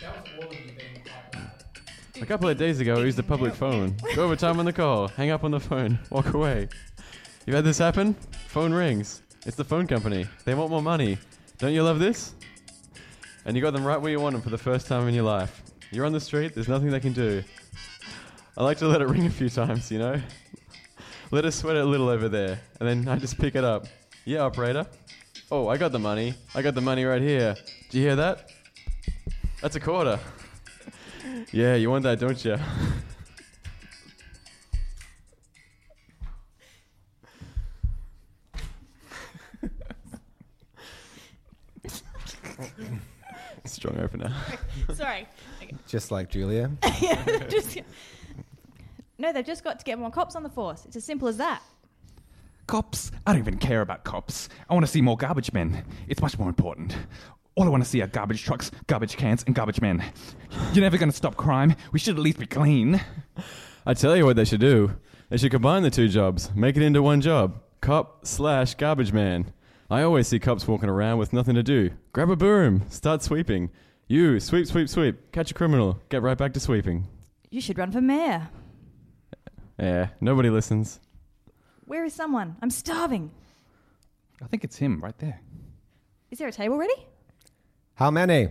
That was all of you being quite loud. A couple of days ago, we used the public phone. Go over time on the call, hang up on the phone, walk away. You've had this happen? Phone rings. It's the phone company. They want more money. Don't you love this? And you got them right where you want them for the first time in your life. You're on the street, there's nothing they can do. I like to let it ring a few times, you know? Let us sweat it a little over there, and then I just pick it up. Yeah, operator. Oh, I got the money. I got the money right here. Do you hear that? That's a quarter. Yeah, you want that, don't you? Strong opener. Sorry. Okay. Just like Julia. Yeah, just- no, they've just got to get more cops on the force. It's as simple as that. Cops? I don't even care about cops. I want to see more garbage men. It's much more important. All I want to see are garbage trucks, garbage cans, and garbage men. You're never going to stop crime. We should at least be clean. I tell you what they should do. They should combine the two jobs, make it into one job. Cop slash garbage man. I always see cops walking around with nothing to do. Grab a broom, start sweeping. You sweep, sweep, sweep. Catch a criminal, get right back to sweeping. You should run for mayor. Yeah, nobody listens. Where is someone? I'm starving. I think it's him right there. Is there a table ready? How many?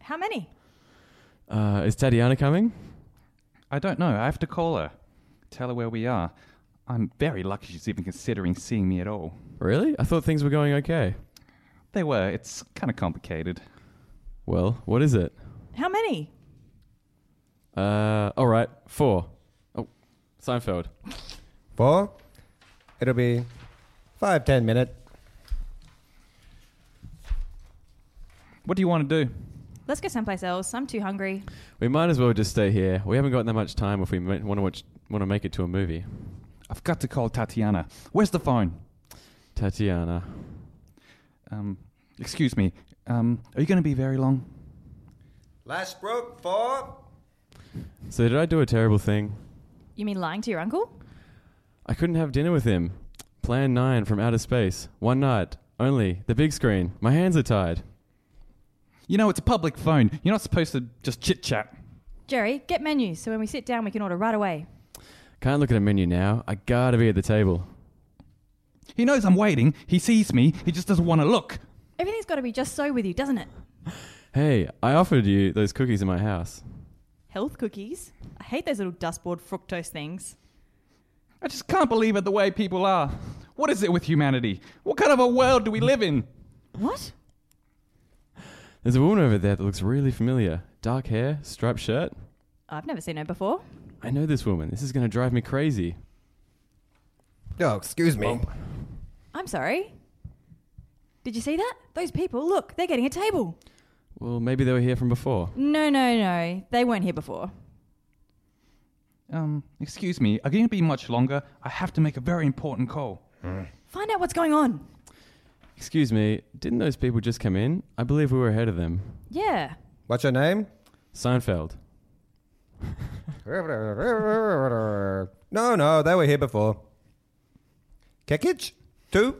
How many? Uh, is Tatiana coming? I don't know. I have to call her. Tell her where we are. I'm very lucky she's even considering seeing me at all. Really? I thought things were going okay. They were. It's kind of complicated. Well, what is it? How many? Uh, all right, four. Oh, Seinfeld. Four? It'll be five, ten minutes. What do you want to do? Let's go someplace else. I'm too hungry. We might as well just stay here. We haven't got that much time if we want to watch, want to make it to a movie. I've got to call Tatiana. Where's the phone? Tatiana. Um, excuse me. Um, are you going to be very long? Last broke, four. So did I do a terrible thing? You mean lying to your uncle? I couldn't have dinner with him. Plan 9 from outer space. One night. Only. The big screen. My hands are tied. You know, it's a public phone. You're not supposed to just chit chat. Jerry, get menus so when we sit down we can order right away. Can't look at a menu now. I gotta be at the table. He knows I'm waiting. He sees me. He just doesn't want to look. Everything's got to be just so with you, doesn't it? Hey, I offered you those cookies in my house. Health cookies. I hate those little dustboard fructose things. I just can't believe it the way people are. What is it with humanity? What kind of a world do we live in? What? There's a woman over there that looks really familiar. Dark hair, striped shirt. I've never seen her before. I know this woman. This is gonna drive me crazy. Oh, excuse me. I'm sorry. Did you see that? Those people, look, they're getting a table. Well, maybe they were here from before. No, no, no. They weren't here before. Um, excuse me. Are you going to be much longer? I have to make a very important call. Find out what's going on. Excuse me, didn't those people just come in? I believe we were ahead of them. Yeah. What's your name? Seinfeld. no, no, they were here before. Kekich? Two?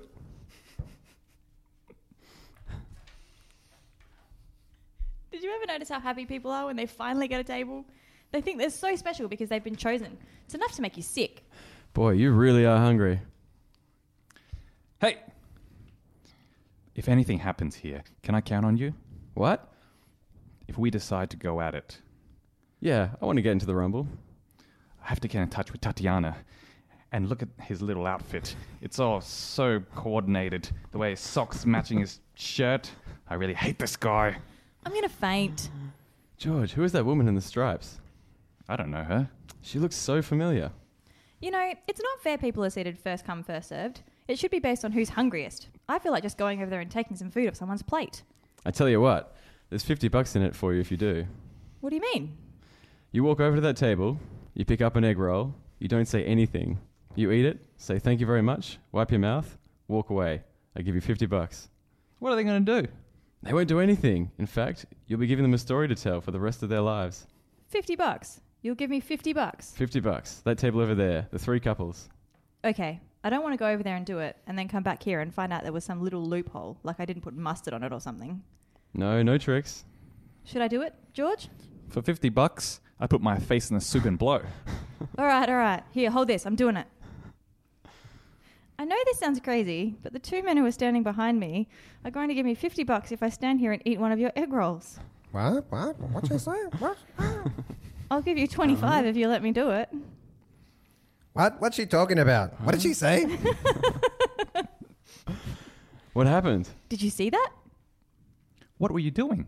Did you ever notice how happy people are when they finally get a table? They think they're so special because they've been chosen. It's enough to make you sick. Boy, you really are hungry. Hey! If anything happens here, can I count on you? What? If we decide to go at it, Yeah, I want to get into the rumble. I have to get in touch with Tatiana. And look at his little outfit. It's all so coordinated. The way his socks matching his shirt. I really hate this guy. I'm gonna faint. George, who is that woman in the stripes? I don't know her. She looks so familiar. You know, it's not fair people are seated first come, first served. It should be based on who's hungriest. I feel like just going over there and taking some food off someone's plate. I tell you what, there's 50 bucks in it for you if you do. What do you mean? You walk over to that table, you pick up an egg roll, you don't say anything. You eat it, say thank you very much, wipe your mouth, walk away. I give you 50 bucks. What are they going to do? They won't do anything. In fact, you'll be giving them a story to tell for the rest of their lives. 50 bucks. You'll give me 50 bucks. 50 bucks. That table over there, the three couples. Okay, I don't want to go over there and do it and then come back here and find out there was some little loophole, like I didn't put mustard on it or something. No, no tricks. Should I do it, George? For 50 bucks, I put my face in the soup and blow. All right, all right. Here, hold this. I'm doing it. I know this sounds crazy, but the two men who are standing behind me are going to give me 50 bucks if I stand here and eat one of your egg rolls. What? What? What you say? What? I'll give you 25 if you let me do it. What? What's she talking about? What did she say? What happened? Did you see that? What were you doing?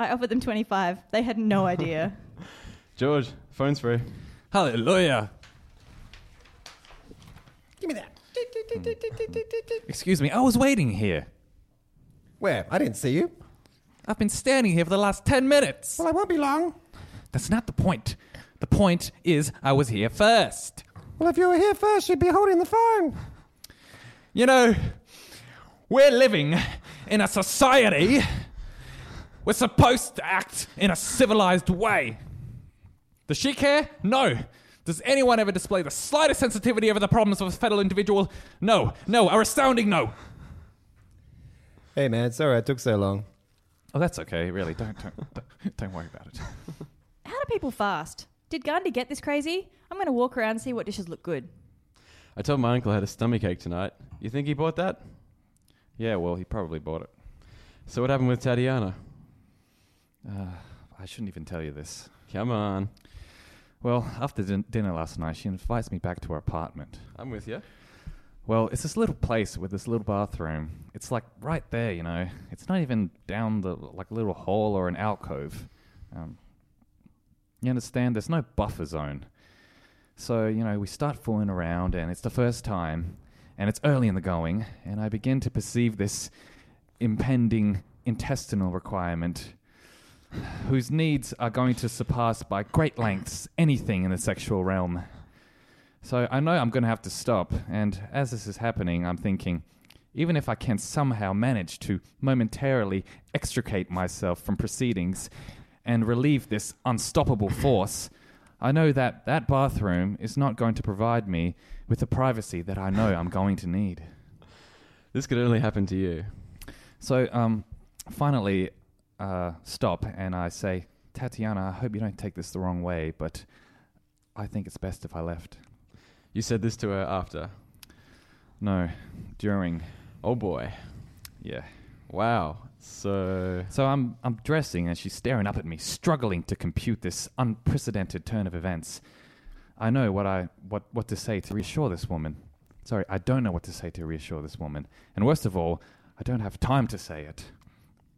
I offered them 25. They had no idea. George, phone's free. Hallelujah. Give me that. Excuse me, I was waiting here. Where? I didn't see you. I've been standing here for the last 10 minutes. Well, I won't be long. That's not the point. The point is, I was here first. Well, if you were here first, you'd be holding the phone. You know, we're living in a society. We're supposed to act in a civilized way. Does she care? No. Does anyone ever display the slightest sensitivity over the problems of a fellow individual? No. No. Our astounding no. Hey, man, it's all right. It took so long. Oh, that's okay, really. Don't, don't, don't- don't worry about it. How do people fast? Did Gandhi get this crazy? I'm going to walk around and see what dishes look good. I told my uncle I had a stomach ache tonight. You think he bought that? Yeah, well, he probably bought it. So what happened with Tatiana? Uh, I shouldn't even tell you this. Come on. Well, after din- dinner last night, she invites me back to her apartment. I'm with you. Well, it's this little place with this little bathroom. It's like right there, you know. It's not even down the like a little hall or an alcove. Um, you understand? There's no buffer zone. So you know, we start fooling around, and it's the first time, and it's early in the going, and I begin to perceive this impending intestinal requirement, whose needs are going to surpass by great lengths anything in the sexual realm. So I know I'm going to have to stop. And as this is happening, I'm thinking, even if I can somehow manage to momentarily extricate myself from proceedings and relieve this unstoppable force, I know that that bathroom is not going to provide me with the privacy that I know I'm going to need. This could only happen to you. So um, finally, uh, stop and I say, Tatiana, I hope you don't take this the wrong way, but I think it's best if I left. You said this to her after. No, during. Oh boy. Yeah. Wow. So So I'm I'm dressing and she's staring up at me, struggling to compute this unprecedented turn of events. I know what I what, what to say to reassure this woman. Sorry, I don't know what to say to reassure this woman. And worst of all, I don't have time to say it.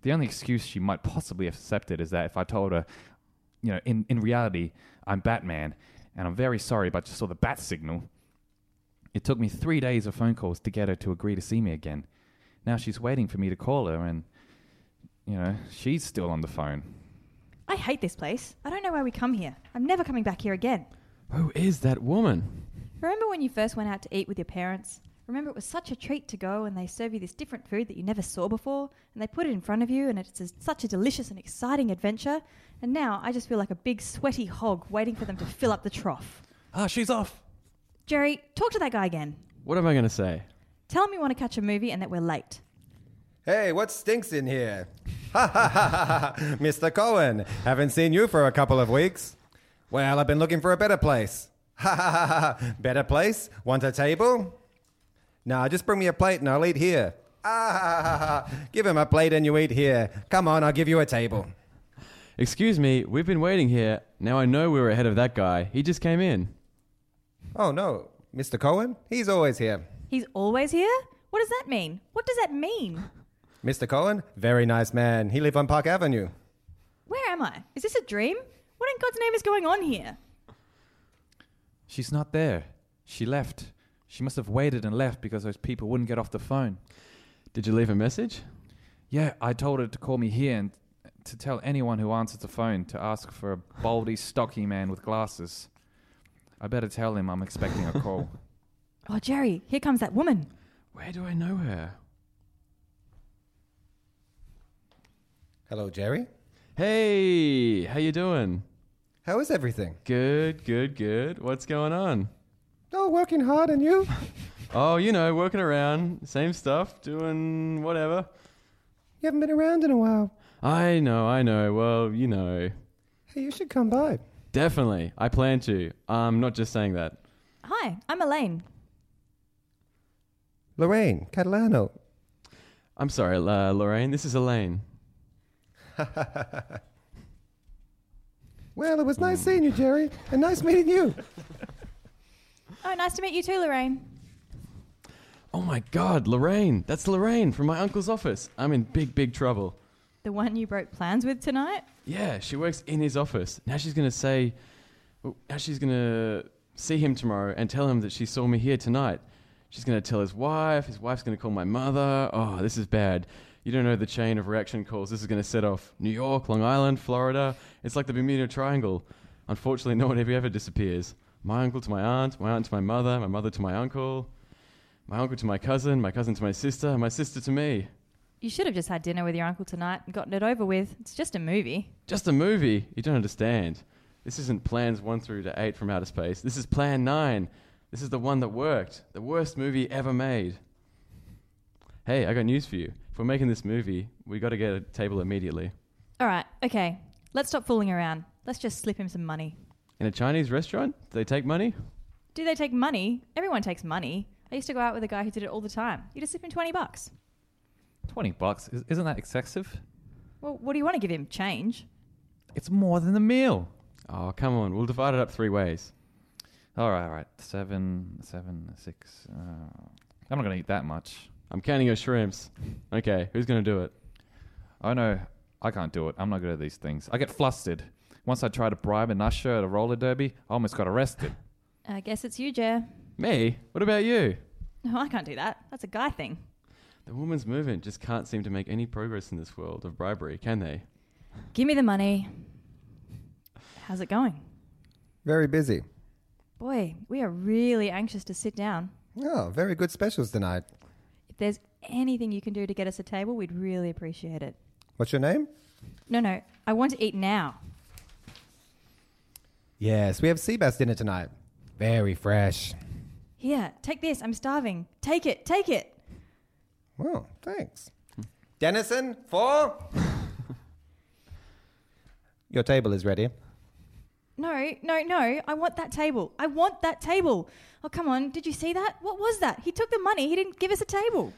The only excuse she might possibly have accepted is that if I told her, you know, in, in reality, I'm Batman and I'm very sorry but I just saw the bat signal. It took me three days of phone calls to get her to agree to see me again. Now she's waiting for me to call her and you know, she's still on the phone. I hate this place. I don't know why we come here. I'm never coming back here again. who is that woman? Remember when you first went out to eat with your parents? Remember it was such a treat to go and they serve you this different food that you never saw before and they put it in front of you and it's a, such a delicious and exciting adventure. And now I just feel like a big sweaty hog waiting for them to fill up the trough. Ah, she's off. Jerry, talk to that guy again. What am I gonna say? Tell him you want to catch a movie and that we're late. Hey, what stinks in here? Ha ha ha ha ha! Mr. Cohen, haven't seen you for a couple of weeks. Well, I've been looking for a better place. Ha ha ha ha! ha. Better place? Want a table? Nah, just bring me a plate and I'll eat here. Ah ha ha ha! ha. Give him a plate and you eat here. Come on, I'll give you a table. Excuse me, we've been waiting here. Now I know we were ahead of that guy. He just came in. Oh no, Mr. Cohen? He's always here. He's always here? What does that mean? What does that mean? Mr. Cohen? Very nice man. He lives on Park Avenue. Where am I? Is this a dream? What in God's name is going on here? She's not there. She left. She must have waited and left because those people wouldn't get off the phone. Did you leave a message? Yeah, I told her to call me here and to tell anyone who answers the phone to ask for a baldy, stocky man with glasses. I better tell him I'm expecting a call. Oh, Jerry, here comes that woman. Where do I know her? Hello, Jerry. Hey, how you doing? How is everything? Good, good, good. What's going on? Oh, working hard and you? Oh, you know, working around, same stuff, doing whatever. You haven't been around in a while. I know, I know. Well, you know. Hey, you should come by. Definitely. I plan to. I'm not just saying that. Hi, I'm Elaine. Lorraine Catalano. I'm sorry, uh, Lorraine. This is Elaine. Well, it was nice seeing you, Jerry, and nice meeting you. Oh, nice to meet you too, Lorraine. Oh my god, Lorraine. That's Lorraine from my uncle's office. I'm in big, big trouble. The one you broke plans with tonight? Yeah, she works in his office. Now she's going to say. oh, Now she's going to see him tomorrow and tell him that she saw me here tonight. She's going to tell his wife. His wife's going to call my mother. Oh, this is bad. You don't know the chain of reaction calls. This is going to set off New York, Long Island, Florida. It's like the Bermuda Triangle. Unfortunately, no one ever, ever disappears. My uncle to my aunt, my aunt to my mother, my mother to my uncle, my uncle to my cousin, my cousin to my sister, my sister to me. You should have just had dinner with your uncle tonight and gotten it over with. It's just a movie. Just a movie. You don't understand. This isn't plans one through to eight from outer space. This is plan nine. This is the one that worked. The worst movie ever made. Hey, I got news for you. If we're making this movie, we got to get a table immediately. All right, okay. Let's stop fooling around. Let's just slip him some money. In a Chinese restaurant, do they take money? Do they take money? Everyone takes money. I used to go out with a guy who did it all the time. You just slip him 20 bucks. 20 bucks. Is- Isn't that excessive? Well, what do you want to give him? Change? It's more than the meal. Oh, come on. We'll divide it up three ways. All right, all right. Seven, seven, six. Uh, I'm not going to eat that much. I'm counting your shrimps. Okay, who's going to do it? Oh no, I can't do it. I'm not good at these things. I get flustered. Once I tried to bribe an usher at a roller derby, I almost got arrested. I guess it's you, Jer. Me? What about you? No, I can't do that. That's a guy thing. The woman's movement just can't seem to make any progress in this world of bribery, can they? Give me the money. How's it going? Very busy. Boy, we are really anxious to sit down. Oh, very good specials tonight. If there's anything you can do to get us a table, we'd really appreciate it. What's your name? No, no, I want to eat now. Yes, we have sea bass dinner tonight. Very fresh. Here, take this. I'm starving. Take it, take it. Well, Oh, thanks. Denison for. your table is ready. No, no, no. I want that table. I want that table. Oh, come on. Did you see that? What was that? He took the money. He didn't give us a table.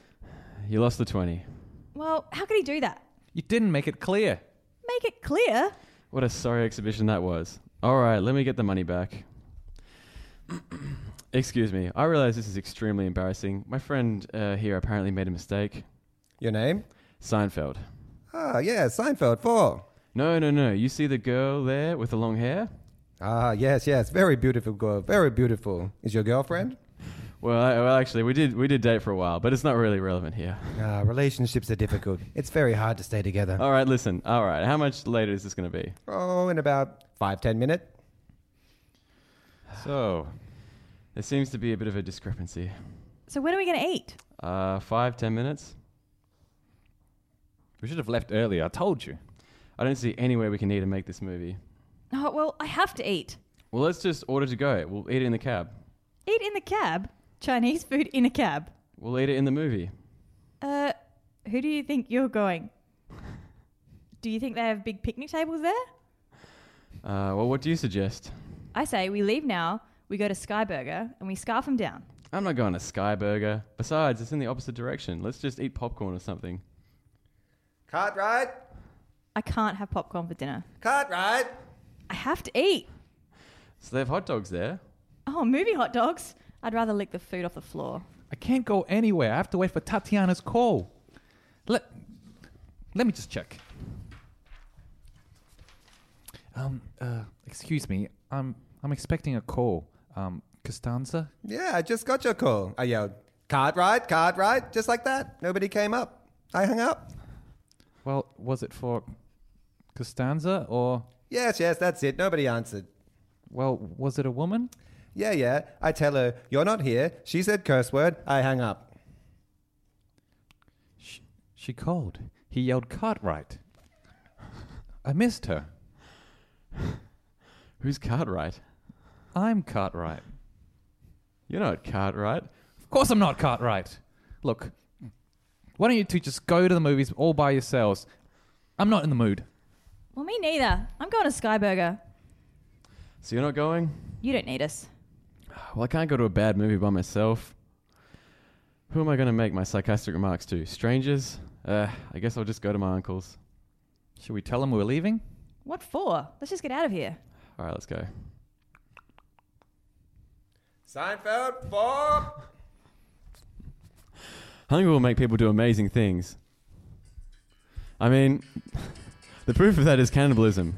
You lost the 20. Well, how could he do that? You didn't make it clear. Make it clear. What a sorry exhibition that was. All right, let me get the money back. Excuse me. I realize this is extremely embarrassing. My friend uh, here apparently made a mistake. Your name? Seinfeld. Ah, yes, Seinfeld for. No, no, no. You see the girl there with the long hair? Ah, yes, yes. Very beautiful girl. Very beautiful. Is your girlfriend? Well, I, well, actually, we did we did date for a while, but it's not really relevant here. Ah, relationships are difficult. It's very hard to stay together. All right, listen. All right, how much later is this going to be? Oh, in about five, ten minutes. So, There seems to be a bit of a discrepancy. So, when are we going to eat? Uh, five, ten minutes. we should have left earlier. I told you. I don't see any way we can need to make this movie. Oh, well, I have to eat. Well, let's just order to go. We'll eat it in the cab. Eat in the cab? Chinese food in a cab. We'll eat it in the movie. Uh, who do you think you're going? Do you think they have big picnic tables there? Uh, well, what do you suggest? I say we leave now, we go to Skyburger, and we scarf him down. I'm not going to Sky Burger. Besides, it's in the opposite direction. Let's just eat popcorn or something. Cartwright? I can't have popcorn for dinner. Cartwright? I have to eat. So they have hot dogs there. Oh, movie hot dogs. I'd rather lick the food off the floor. I can't go anywhere. I have to wait for Tatiana's call. Let Let me just check. Um, uh, excuse me. I'm I'm expecting a call. Um, Costanza. Yeah, I just got your call. I yelled, Cartwright, Cartwright, just like that. Nobody came up. I hung up. Well, was it for Costanza or Yes, yes, that's it. Nobody answered. well, was it a woman? Yeah, yeah. I tell her, you're not here. She said curse word. I hung up. She, she called. He yelled, Cartwright. I missed her. Who's Cartwright? I'm Cartwright. You're not Cartwright. Of course I'm not Cartwright. Look, why don't you two just go to the movies all by yourselves? I'm not in the mood. Well, me neither. I'm going to Skyburger. So you're not going? You don't need us. Well, I can't go to a bad movie by myself. Who am I going to make my sarcastic remarks to? Strangers? Uh, I guess I'll just go to my uncle's. Should we tell him we're leaving? What for? Let's just get out of here. All right, let's go. Seinfeld for Hunger will make people do amazing things. I mean, the proof of that is cannibalism.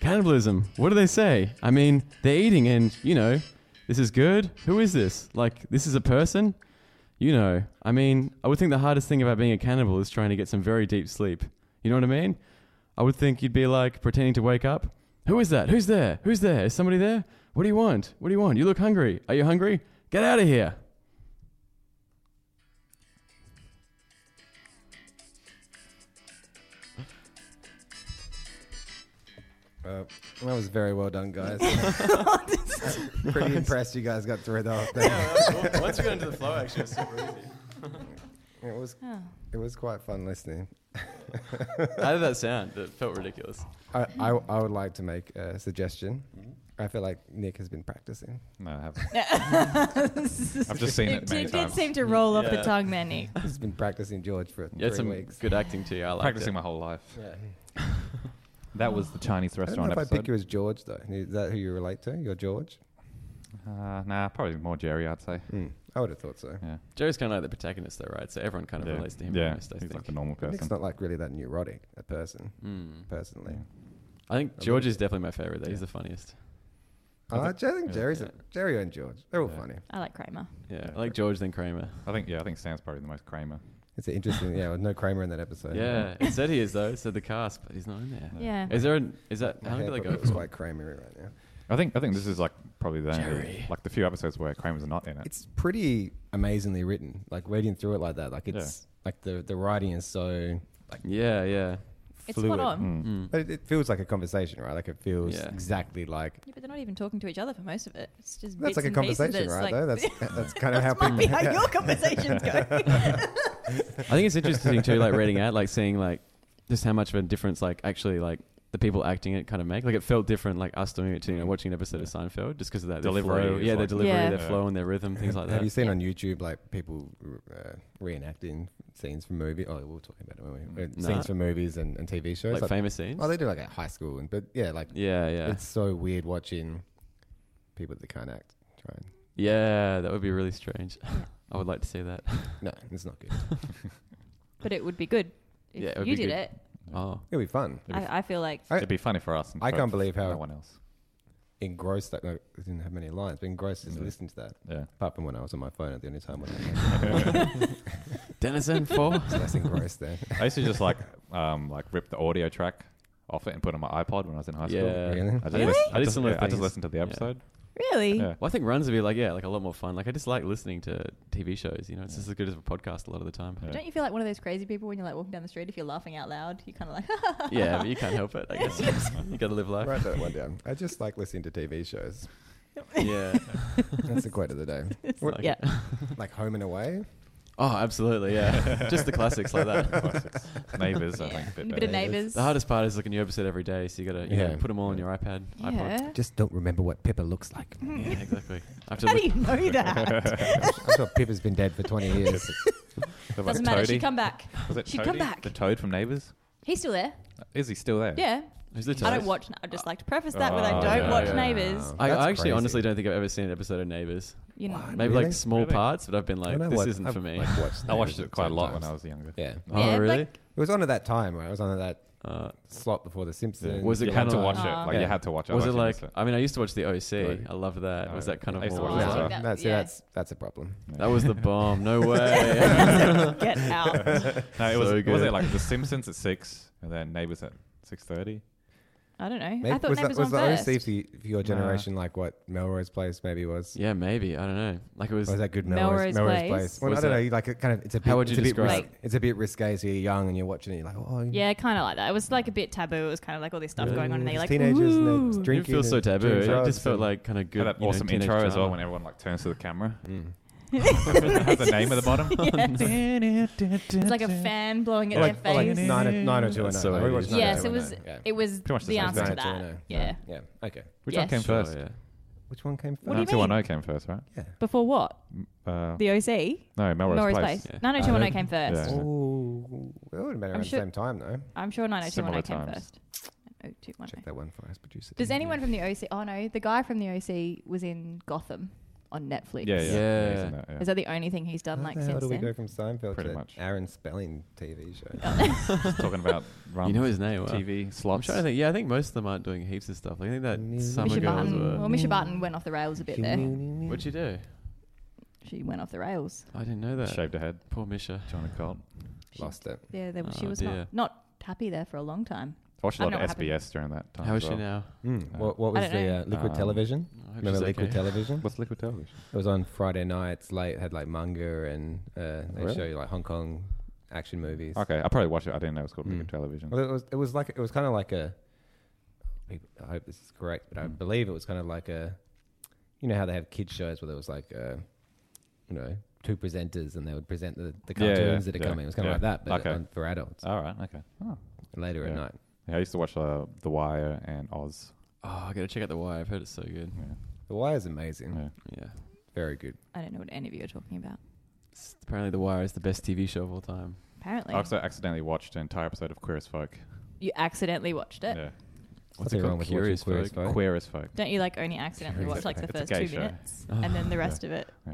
Cannibalism. What do they say? I mean, they're eating, and you know, this is good. Who is this? Like, this is a person. You know, I mean, I would think the hardest thing about being a cannibal is trying to get some very deep sleep. You know what I mean? I would think you'd be like pretending to wake up. Who is that? Who's there? Who's there? Is somebody there? What do you want? What do you want? You look hungry. Are you hungry? Get out of here. Uh, that was very well done, guys. Pretty impressed you guys got through the whole thing. Once we got into the flow, actually, it's super easy. It was Oh. it was quite fun listening. How did that sound? It felt ridiculous. I, I, I would like to make a suggestion. Mm-hmm. I feel like Nick has been practicing. No, I haven't. it I've just seen it many did did times. seem to roll off the Yeah. tongue, Manny. He's been practicing George for You had three some weeks. good acting too. I liked Practicing it. my whole life. Yeah. That was the Chinese I don't know restaurant if I pick episode. you as George though. Is that who you relate to? You're George. Hmm. Uh, nah, probably more Jerry, I'd say. Hmm. I would have thought so. Yeah. Jerry's kind of like the protagonist, though, right? So everyone kind of yeah. relates to him. Yeah, Almost, I he's think. like a normal But person. Nick's not like really that neurotic a person, Mm. personally. I think A George little is definitely my favorite. Though he's the funniest. I, Uh, I think yeah. Jerry's Yeah. A, Jerry and George. They're all Yeah. funny. I like Kramer. Yeah, Yeah. I like George then Kramer. I think, yeah, I think Sam's probably the most Kramer. It's an interesting. yeah, with no Kramer in that episode. yeah, it said he is though. It said the cast, but he's not in there. Yeah. Is there? An, is that? My how hair did they probably go? looks for- quite Kramery right now. I think I think this is like probably the Jerry. only, like the few episodes where Kramer's not in it. It's pretty amazingly written. Like reading through it like that, like Yeah. it's like the the writing is so like Yeah, yeah. It's fluid. spot on. Mm. Mm. But it, it feels like a conversation, right? Like it feels Yeah. exactly like Yeah, but they're not even talking to each other for most of it. It's just bits that's like a and pieces that conversation, it's right? like- though that's that's kind of how might be people. how your conversations go. I think it's interesting too, like reading out, like seeing like just how much of a difference, like actually, like the people acting it kind of make. Like it felt different, like us doing it to you know watching an episode of Seinfeld, just because of that their Mm. Delivery flow. is Yeah, their like- delivery, Yeah. their Yeah. flow, and their rhythm, Mm, things like Have you that. seen on YouTube like people uh, reenacting scenes from movies? Oh, we were talking about it when we uh, No. scenes from movies and, and TV shows. Like famous scenes. oh, they do like at high school, and but yeah, like Yeah, yeah, it's so weird watching people that can't act try and yeah. That would be really strange. I would like to see that. No, it's not good. but it would be good if Yeah, it would you be did good. it. Oh, It'll be fun. It'd be I, I feel like I- It'd be funny for us. And I uh, for can't believe how- no one else. Engrossed. That, no, it didn't have many lines, but engrossed is Yeah. listening to that. Yeah. Apart from when I was on my phone at the only time when Denizen four. I was less engrossed there. I used to just like um, like rip the audio track off it and put it on my iPod when I was in high school. Yeah. Really? I just, Really? listen- I I did just, similar yeah, I just things. listened to the Yeah. episode. really. Yeah. Well, I think runs would be like yeah, like a lot more fun. Like I just like listening to TV shows. You know, it's just as good as a podcast a lot of the time. Yeah. Don't you feel like one of those crazy people when you're like walking down the street? If you're laughing out loud, you're kind of like, Yeah, but you can't help it. I guess you got to live life. Write that one down. I just like listening to TV shows. Yeah. That's the quote of the day. What- Like- yeah. like Home and Away. Oh, absolutely. Yeah. just the classics like that. Classics. Neighbours, I Yeah. think. A Bit bit better. of neighbours. The hardest part is like a new episode every day, so you gotta you Yeah. know, put them all on your iPad. iPod. Yeah. Just don't remember what Pippa looks like. Yeah, exactly. I have to How do look- you know that? I'm sure Pippa's been dead for 20 years. The Doesn't matter. She'd come back. Was it She'd come Toady? back. The toad from Neighbours? He's still there. Is he still there? Yeah. Who's the I toast? don't watch. I'd just like to preface that with I Oh, don't yeah, watch yeah. Neighbours. I, That's I actually crazy. honestly don't think I've ever seen an episode of Neighbours. You know. What? Maybe Really? like small Really? parts, but I've been I like, know this what- isn't I've, for me. like, watched I watched Neighbours it quite a ten lot when I times. was younger. Yeah. Oh, Yeah, really? like- It was on at that time, right? It was on at that Uh, slot before The Simpsons. Was it you had kinda to like- watch it. Oh. Like, you Yeah. had to watch it. was it otherwise like? you missed I mean, I used to watch The OC. Right. I loved that. Oh, was that kind I of used to more? watch was No, that. that- That- no, see, yeah. that's, that's a problem. That was the bomb. No way. Get out. No, it was, So what was good. it like The Simpsons at 6 and then Neighbours at 6.30? I don't know. Maybe- I thought was Neighbours that, was were the on first. OC for- for your generation like what Melrose Place maybe was? yeah, maybe. I don't know. Like it was. Or was that good Melrose Melrose, Melrose Place. Place? Well, Was I don't that- know. You like it kind of. It's a bit, How would you it's a bit describe ris- It's a bit risque. So you're young and you're watching it. You're like, oh, Yeah, kind of like that. It was like a bit taboo. It was kind of like all this stuff Yeah. going on, and Just they like teenagers and they're Ooh. just it drinking. didn't feel so and taboo. doing It drugs just felt and- like kind of good. Had that you know, awesome teenage intro as well drama. when everyone like turns to the camera. Mm. That's the name at the bottom. Yes. it's It's like a fan blowing at Like, their like face. nine, oh- nine or two and That's so I eighties. rewatched nine oh Yes, two it and was- oh, yeah. it was Pretty much the the same answer thing. to Nine oh two that. and oh, Yeah. Yeah. Okay. Which Yeah, one came Sure, first? yeah. Which one came first? What do you mean? 210 came first, right? Before what? Uh, The OC? no, Melrose, Melrose Place. Place. Yeah. 90210 came first. Yeah. Ooh, it would have been around the sure- same time though. I'm sure 90210 came Similar times. first. 90210. Check that one for us, producer. Does anyone from the OC? Oh no, the guy from the OC was in Gotham on Netflix. Yeah, yeah. Yeah. isn't it? Is that the only thing he's done How like the hell since do we then? go from Seinfeld Pretty to much. Aaron Spelling TV show? Just talking about You runs, know his name. Wow. TV I'm slots. trying to think. Yeah, I think most of them aren't doing heaps of stuff. Like, I think that summer girls Misha uh, Barton. were. Well, Misha Barton went off the rails a bit there. What'd you do? She went off the rails. I didn't know that. Shaved a head. Poor Misha. Joined a cult. Lost it. Yeah, there, she Oh, was dear. not, not happy there for a long time. I watched a I lot don't of know what happened. SBS during that time. How is as she well. now? Mm. Uh, what, what I was don't the know. uh, liquid Um, television? I hope Remember she's liquid okay. television? What's liquid television? It was on Friday nights late. Had like manga and uh, they Really? show you like Hong Kong action movies. Okay, I probably watched it. I didn't know it was called liquid Hmm. Mm. television. Well, it was it was like it was kind of like a. I hope this is correct, but I Mm. believe it was kind of like a. You know how they have kids shows where there was like, uh you know, two presenters and they would present the, the Yeah, yeah, cartoons that are yeah, coming. It was kind of yeah. like that, but Okay. on, for adults All right. Okay. Oh. later Yeah. at night. Yeah, I used to watch uh, The Wire and Oz. Oh, I gotta check out The Wire. I've heard it's so good. Yeah. The Wire is amazing. yeah. Yeah. Very good. I don't know what any of you are talking about. S- apparently, The Wire is the best TV show of all time. Apparently, I also accidentally watched an entire episode of Queer as Folk. you accidentally watched it. Yeah. What's it wrong called? with watching Curious Queer as Folk? Folk? Queer as Folk. Don't you like only accidentally watch like the It's a first gay two show. minutes, and then the rest of it Yeah.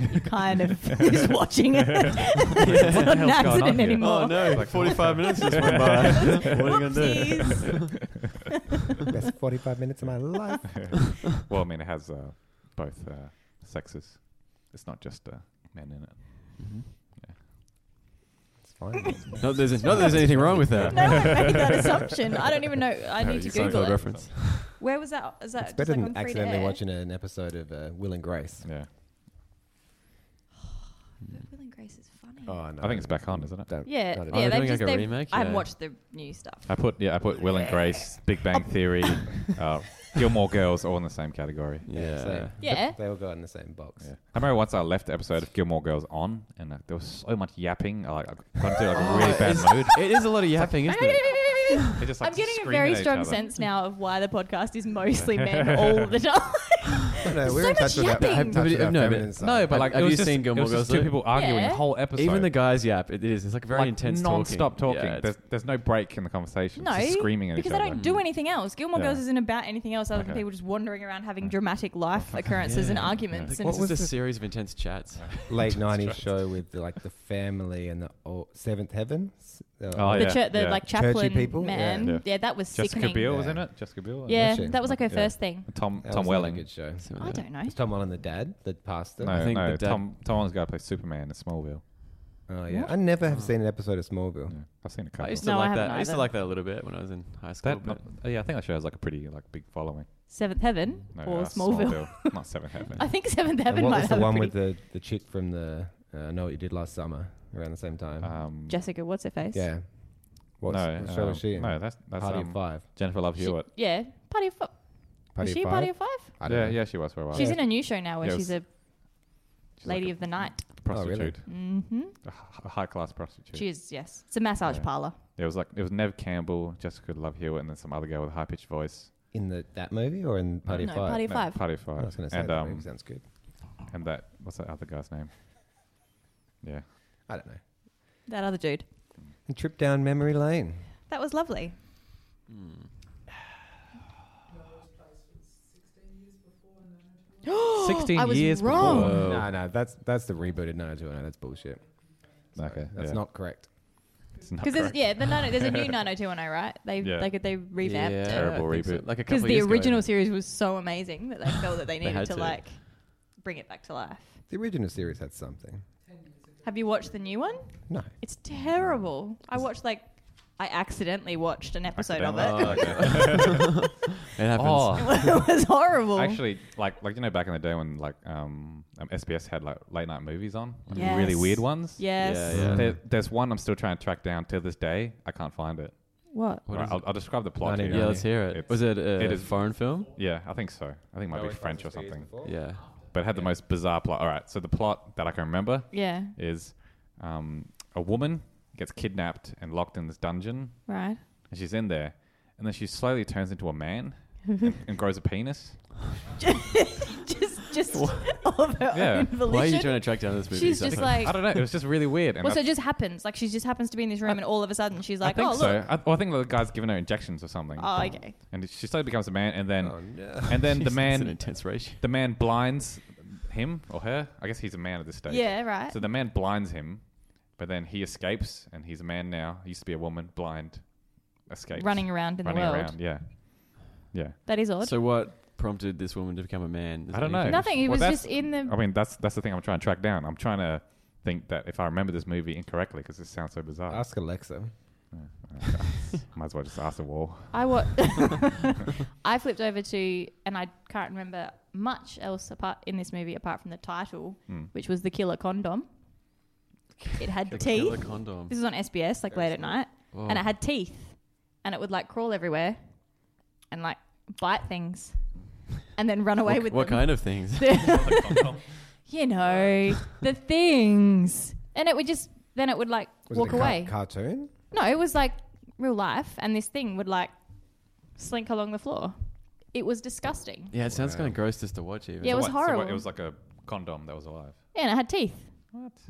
you kind of is watching it. it's Yeah, not an hell's going on accident here? anymore. Oh no! Like- 45 minutes just went by. what are you gonna do? Whoopsies. Best 45 minutes of my life. well, I mean, it has uh, both uh, sexes. It's not just uh, men in it. It's fine. Not that there's, not that there's anything wrong with that. no one made that assumption. I don't even know. I need to It's a Google Seinfeld it. reference. Where was that? Is that It's just, better like, on than free to accidentally air? watching an episode of uh, Will and Grace. Yeah. But Will and Grace is funny. Oh, no. I think it's back on, isn't it? Don't- Hmm. yeah, not at Oh, they're yeah. They've doing, like, just a they've- remake? I haven't Yeah. watched the new stuff. I put yeah, I put Will and Grace, Big Bang Theory, uh, Gilmore Girls, all in the same category. Yeah. same. Yeah. They all go in the same box. Yeah. I remember once I left the episode of Gilmore Girls on, and like, there was so much yapping. I like I got into like Oh, a really bad mood. It Oh, is a lot of yapping, isn't it? They just, like, I'm getting a screamed very at each strong other. sense now of why the podcast is mostly men all the time. No, no, There's we're so in touch much with our, yapping. in touch Nobody- with our no, but- feminine side. No, but Have- like have it was you just, seen Gilmore it was just Girls, two though? people arguing Yeah. the whole episode. Even the guys yap. It is. It's like very like intense non-stop talking. talking. Yeah, it's- there's, there's no break in the conversation. No, It's just screaming at because each I other. don't do anything else. Gilmore Yeah. Girls isn't about anything else other than Okay. people just wandering around having dramatic life occurrences and Yeah. arguments. Like, And what it's was just- the series of intense chats? late 90s show with the, like the family and the old, Seventh Heaven. S- uh, Oh, the, yeah. chur- the like Churchy chaplain people? man? Yeah. Yeah. Yeah. that was Jessica sickening. Biel was Yeah. in it. Jessica Biel. Yeah, she? that was like her Yeah. first thing. Tom that Tom was not Welling. A good show. I don't know. Is Tom Welling the dad, the pastor? No, I think no. the dad- Tom Tom Welling got to play Superman in Smallville. Oh yeah, I never have seen an episode of Yeah. Smallville. I've seen a I couple. used to No, I like haven't that. I used to either. like that a little bit when I was in high school. that, but uh, yeah, I think that show has like a pretty like big following. Seventh Heaven No, or uh, Smallville. not Seventh Heaven. I think Seventh And Heaven what might was the have one a with pretty- the the chick from the uh, Know What You Did Last Summer around the same time? um, Jessica. What's her face? yeah. What's, no, what show um, was she in? No, that's that's Party um, of Five. Jennifer Love She- Hewitt. yeah. Party of Five. was Party of she a Five? Party of Five? I don't Yeah, know. yeah, she was for a while. She's Yeah. in a new show now where Yeah, it she's a She's like lady a of the night. prostitute, Oh, really? Mm-hmm. a h- a high class prostitute. She is. Yes, it's a massage Yeah. parlor. It was like it was Nev Campbell, Jessica Love Hewitt, and then some other girl with a high pitched voice. In the that movie or in Party no, of Five? Oh, Party of No, Five. Party of Five. I was going to say and that um, movie sounds good. and that what's that other guy's name? Yeah, I don't know. That other dude. And trip down memory lane. That was lovely. sixteen I was years wrong. before. No, no, that's that's the rebooted 90210. That's bullshit. Sorry, Okay, that's yeah. not correct. It's not Because there's correct. yeah, the 90 there's a new 90210, right? They Yeah. like they revamped yeah, it Terrible I think so. reboot. Like a because couple the years ago. original series was so amazing that they felt that they They needed had to, to. like bring it back to life. The original series had something. Have you watched the new one? No. It's terrible. I watched like I accidentally watched an episode of it. Oh, okay. it happens. it was horrible. Oh, Actually, like like you know, back in the day when like um, um SBS had like late night movies on, like Yes. really weird ones. yes. Yeah, yeah. There, there's one I'm still trying to track down to this day. I can't find it. What? What Right, is I'll, I'll describe the plot. to you. Yeah, let's hear it. It's- Was it a it is- foreign film? Yeah, I think so. I think it might be French or something. Yeah. But but it had the most bizarre plot. All right, so the plot that I can remember Yeah. is um, a woman gets kidnapped and locked in this dungeon, Right. and she's in there, and then she slowly turns into a man and, and grows a penis. just just all of her Yeah. own volition. Why are you trying to track down this movie? she's just Stefan? like. I don't know. It was just really weird. And Well, so I, it just happens. Like she just happens to be in this room, and all of a sudden she's I like, think "Oh, so. look." I, well, I think the guy's given her injections or something. Oh, okay. And she slowly becomes a man, and then Oh, no. and then Jesus, the that's an man intense ratio. the man blinds him or her. I guess he's a man at this stage. Yeah. Right. So the man blinds him, but then he escapes, and he's a man now. He used to be a woman, blind, escapes, Running around in running the world. around. Yeah, yeah. That is odd. So what prompted this woman to become a man? Is I don't there anything? know. Nothing. It Well, was that's- just in the. I mean, that's that's the thing I'm trying to track down. I'm trying to think that if I remember this movie incorrectly, because this sounds so bizarre. Ask Alexa. Might as well just ask the wall. I wa- I flipped over to, and I can't remember much else apart in this movie apart from the title, Hmm. which was the killer condom. It had Killer teeth. condom. This was on SBS, like late at night, Whoa. and it had teeth, and it would like crawl everywhere, and like bite things, and then run away what, with what them. kind of things? You know the things, and it would just then it would like Was walk it a car- away. cartoon? No, it was like real life, and this thing would like slink along the floor. It was disgusting. yeah, it sounds kind of gross just to watch. Even. Yeah, it was So what- so what- horrible. it was like a condom that was alive. Yeah, and it had teeth.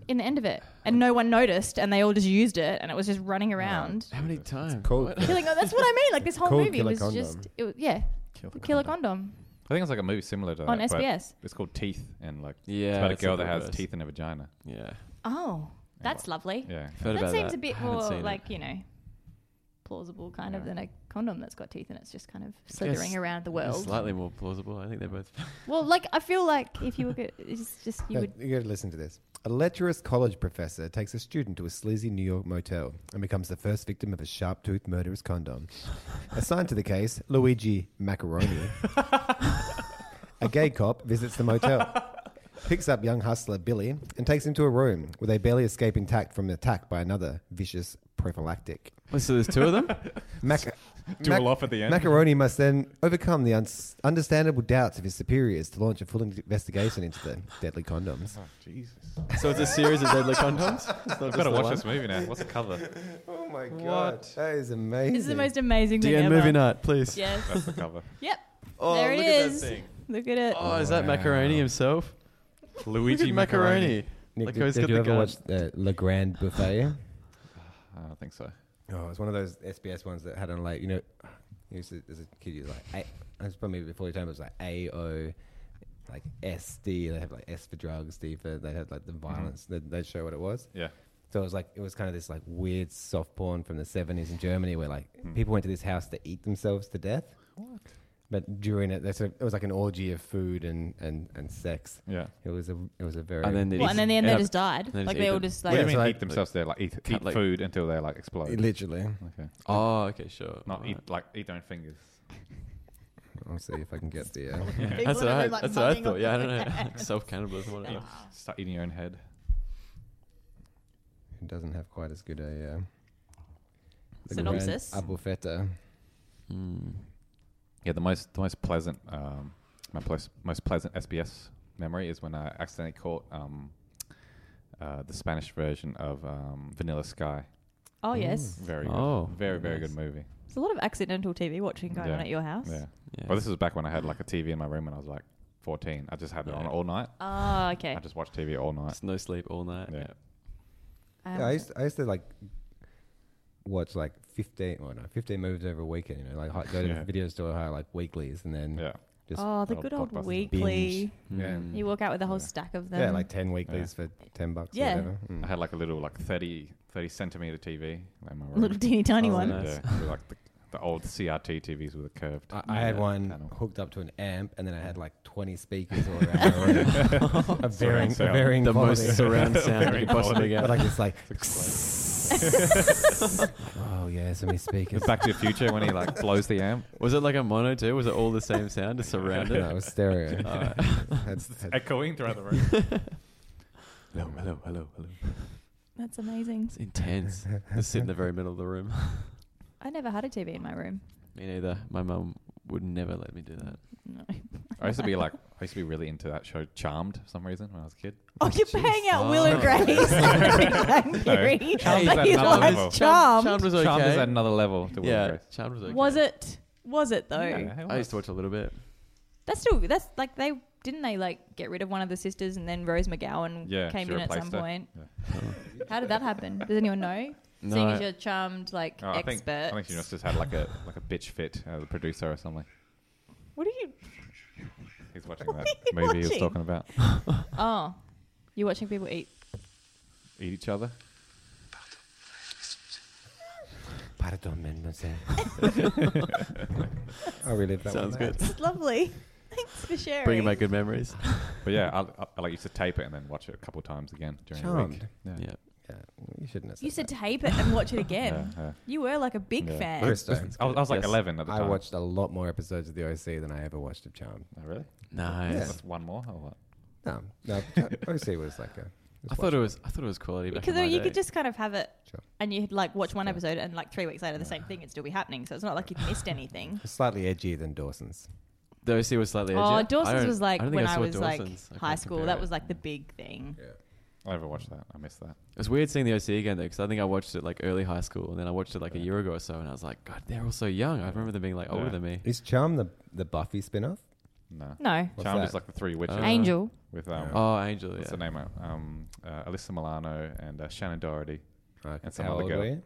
In the end of it, and no one noticed, and they all just used it, and it was just running around. How many times? Cool. What? You're like, oh, that's what I mean. Like this whole Called movie Killer was Condom. just, it was, yeah, Killer the killer condom. I think it's like a movie similar to On that, but SBS. It's called Teeth, and like Yeah, it's about a it's girl like that has reverse. teeth in her vagina. Yeah. Oh, that's lovely. Yeah, Heard That about seems that. a bit Haven't more seen it. like you know, plausible kind of Yeah. than a condom that's got teeth and it's just kind of slithering Yes. around the It's world. Slightly more plausible. I think they're both. Well, like I feel like if you were, go- it's just you No, would. you gotta listen to this. A lecherous college professor takes a student to a sleazy New York motel and becomes the first victim of a sharp toothed murderous condom. Assigned to the case, Luigi Macaroni. a gay cop visits the motel, picks up young hustler Billy, and takes him to a room where they barely escape intact from an attack by another vicious prophylactic. Wait, oh, so there's two of them. Mac- duel off at the end. Macaroni must then overcome the un- understandable doubts of his superiors to launch a full investigation into the deadly condoms. Jesus. so it's a series of deadly condoms. It's not I better just the watch one. this movie now. What's the cover? Oh my god, that is amazing. This is the most amazing thing DN ever. movie night, please. Yes. That's the cover. Yep. Oh, there it look is. At that thing. Look at it. Oh, is that macaroni himself? Luigi Luigi macaroni. Nick, Like did, how he's did got you the ever gun. watch uh, Le Grand Buffet? I don't think so. oh, it's one of those SBS ones that had on like you know, you used to, as a kid you was like, A, it was probably before your time. It was like A O, like S D. They have like S for drugs, D for they had like the violence. They'd, they'd show what it was. Mm-hmm. Yeah. So it was like it was kind of this like weird soft porn from the seventies in Germany where like Mm. people went to this house to eat themselves to death. But during it, they sort of, it was like an orgy of food and, and, and sex. Yeah. It was a it was a very And then they Well, and then, then Yeah. they just died. They just like ate they all them. just What do like. you Yeah, mean so eat like- themselves? They like eat, Cut, eat like- food until they like explode. literally. Okay. Oh, okay, sure. Not Alright. eat like eat their own fingers. I'll see if I can get the. Uh, That's what in I, there, like, that's what I mugging thought. off Yeah, I the don't know. Self cannibalism. I don't know. Start eating your own head. It doesn't have quite as good a uh, the Synopsis. grand Apple feta. Mm. Hmm. Yeah, the most the most pleasant um, my plus, most pleasant SBS memory is when I accidentally caught um, uh, the Spanish version of um, Vanilla Sky. Oh yes. Very Oh, good. very very nice. good movie. There's a lot of accidental TV watching going Yeah. on at your house. Yeah. Yeah. Well, this was back when I had like a TV in my room and I was like 14. I just had it on Yeah. all night. Oh, okay. I just watched TV all night. Just no sleep all night. Yeah. Yeah. Um, Yeah, I used I used to like watch like fifteen or no fifteen movies over a weekend. You know, like hi- go to Yeah. the video store, hire like weeklies, and then Yeah. just oh, the Little good old blockbusters. weekly. Yeah. Hmm. You walk out with a whole Yeah. stack of them. yeah, like ten weeklies for ten bucks. Yeah. or whatever. I Mm. had like a little like 30, 30 centimeter TV in my room. little teeny tiny Oh, one. no. Yeah, with, like the, the old CRT TVs with a curved. I, I had uh, one panel. hooked up to an amp, and then I had like twenty speakers all around my room, of varying, of sound. varying The quality. most surround sound you Very could possibly But get. like it's like, Exploded. oh yeah, so many speakers. Back to the Future when he like blows the amp. Was it like a mono too? Was it all the same sound just surrounded? No, it was stereo. Alright. Had- had- Echoing throughout the room. Hello, hello, hello, hello. That's amazing. It's intense. Just sit in the very middle of the room. I never had a TV in my room. Me neither. My mum would never let me do that. No. I I used to be like, I used to be really into that show Charmed for some reason when I was a kid. Oh, you're paying out Will and Oh. Grace. Big Bang Theory. Charmed But is you another liked level. Charmed. Charmed was okay. Charmed is at another level to Will yeah, and Grace. Charmed was okay. Was it? Was it though? Yeah, it I used to was. watch a little bit. That's still that's like they didn't they like get rid of one of the sisters and then Rose McGowan Yeah, came she in at replaced some her. point. How did that happen? Does anyone know? No, Seeing I- as you're charmed like Oh, I think expert. I think she must just had like a like a bitch fit uh, the producer or something. what are you? He's watching What that are you movie he was watching? talking about. Oh, you're watching people eat. Eat each other. Pardon, mademoiselle. I relive that sounds one. now. good. It's lovely. Thanks for sharing. Bringing back good memories. But yeah, I, I, I like used to tape it and then watch it a couple times again during the week. Charmed. Yeah. yeah. Yeah, you shouldn't have. You said tape it and watch it again. Yeah, yeah. You were like a big Yeah. fan. Chris, though, I was, I was like Yes. 11 at the I time. watched a lot more episodes of the OC than I ever watched of Charmed. Oh, really? Nice. Yeah. That's one more or what? No, no, Char- OC was like a. I thought it was. I thought it was quality. Back Because in my you day. could just kind of have it, Sure. and you'd like watch one episode, and like three weeks later, the same thing would still be happening. So it's not like you'd missed anything. was slightly edgier than Dawson's. The OC was slightly. Oh, edgier. I Dawson's don't- was like don't think when I, saw was Dawson's. I like can't high school. compare That it. was like the big thing. I never watched that. I missed that. It was weird seeing the OC again though, because I think I watched it like early high school, and then I watched it like a year ago or so, and I was like, God, they're all so young. I remember them being like older Yeah. than me. Is Charmed the, the Buffy spin off? No. No, What's Charmed that? is like the three witches Uh, Angel. with um, Oh, Angel. what's yeah. the name? uh, Um, uh, Alyssa Milano and uh, Shannon Doherty, Okay. And some How other old girl. were you?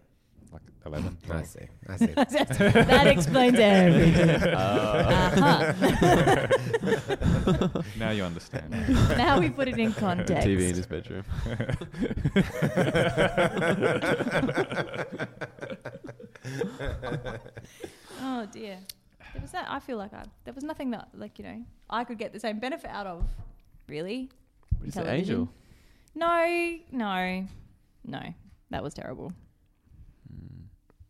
like eleven. I see. I see. that explains everything. Uh, Uh-huh. now you understand. now we put it in context. TV in his bedroom. Oh dear. There was that. I feel like I there was nothing that like you know I could get the same benefit out of. Really? What is it, Television. Angel? No, no, no. That was terrible. Mm.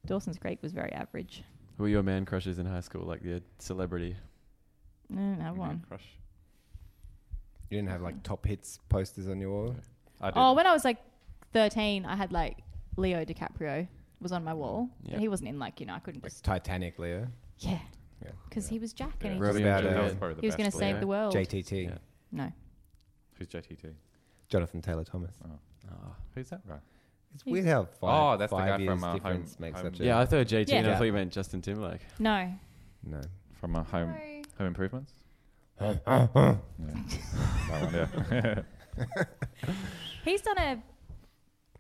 Dawson's Creek was very average. Who were your man crushes in high school? Like the celebrity? No, Mm-hmm. no one. Crush. You didn't have like top hits posters on your wall? I did. Oh, when I was like thirteen, I had like Leo DiCaprio was on my wall, Yeah. but he wasn't in like you know I couldn't Like just Titanic, Leo? yeah Yeah. because he was Jack and Yeah. he, Romeo just, Robert- about, and uh, that was Juliet. probably the he was going to best save Leo. the world. JTT. Yeah. No, Who's JTT? Jonathan Taylor Thomas. Oh. Who's that guy? It's weird how Oh, five, that's the five guy years from, uh, difference Home- makes Home- such a... Yeah, I thought JT, and I Yeah. thought you meant Justin Timberlake. no. No. From uh, Home No. Home Improvements. Yeah. that one. Yeah. He's done a.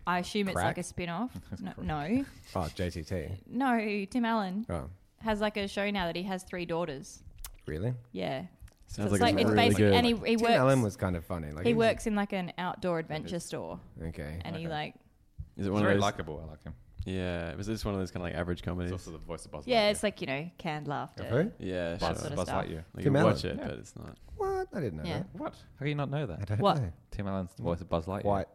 I assume it's Crack? like a spin off. No, no, Oh, JTT. no. Tim Allen Oh, has like a show now that he has three daughters. really? Yeah, Sounds So like, it's really basic- good. And he, he Tim Allen works. was kind of funny. Like He was- works in like an outdoor adventure store, Okay. and he Okay. like is it He's one of very those? likable. I like him. yeah, it was this one of those kind of like average comedies? He's also the voice of Buzz. yeah, Lightyear. it's like you know canned laughter. Who? yeah, sure. Buzz, sort of Buzz stuff. Lightyear. Like, you Tim Allen. watch it, but it's not. What? I didn't know Yeah. that. What? How do you not know that? I don't What? know. Tim Allen's the voice of Buzz Lightyear. White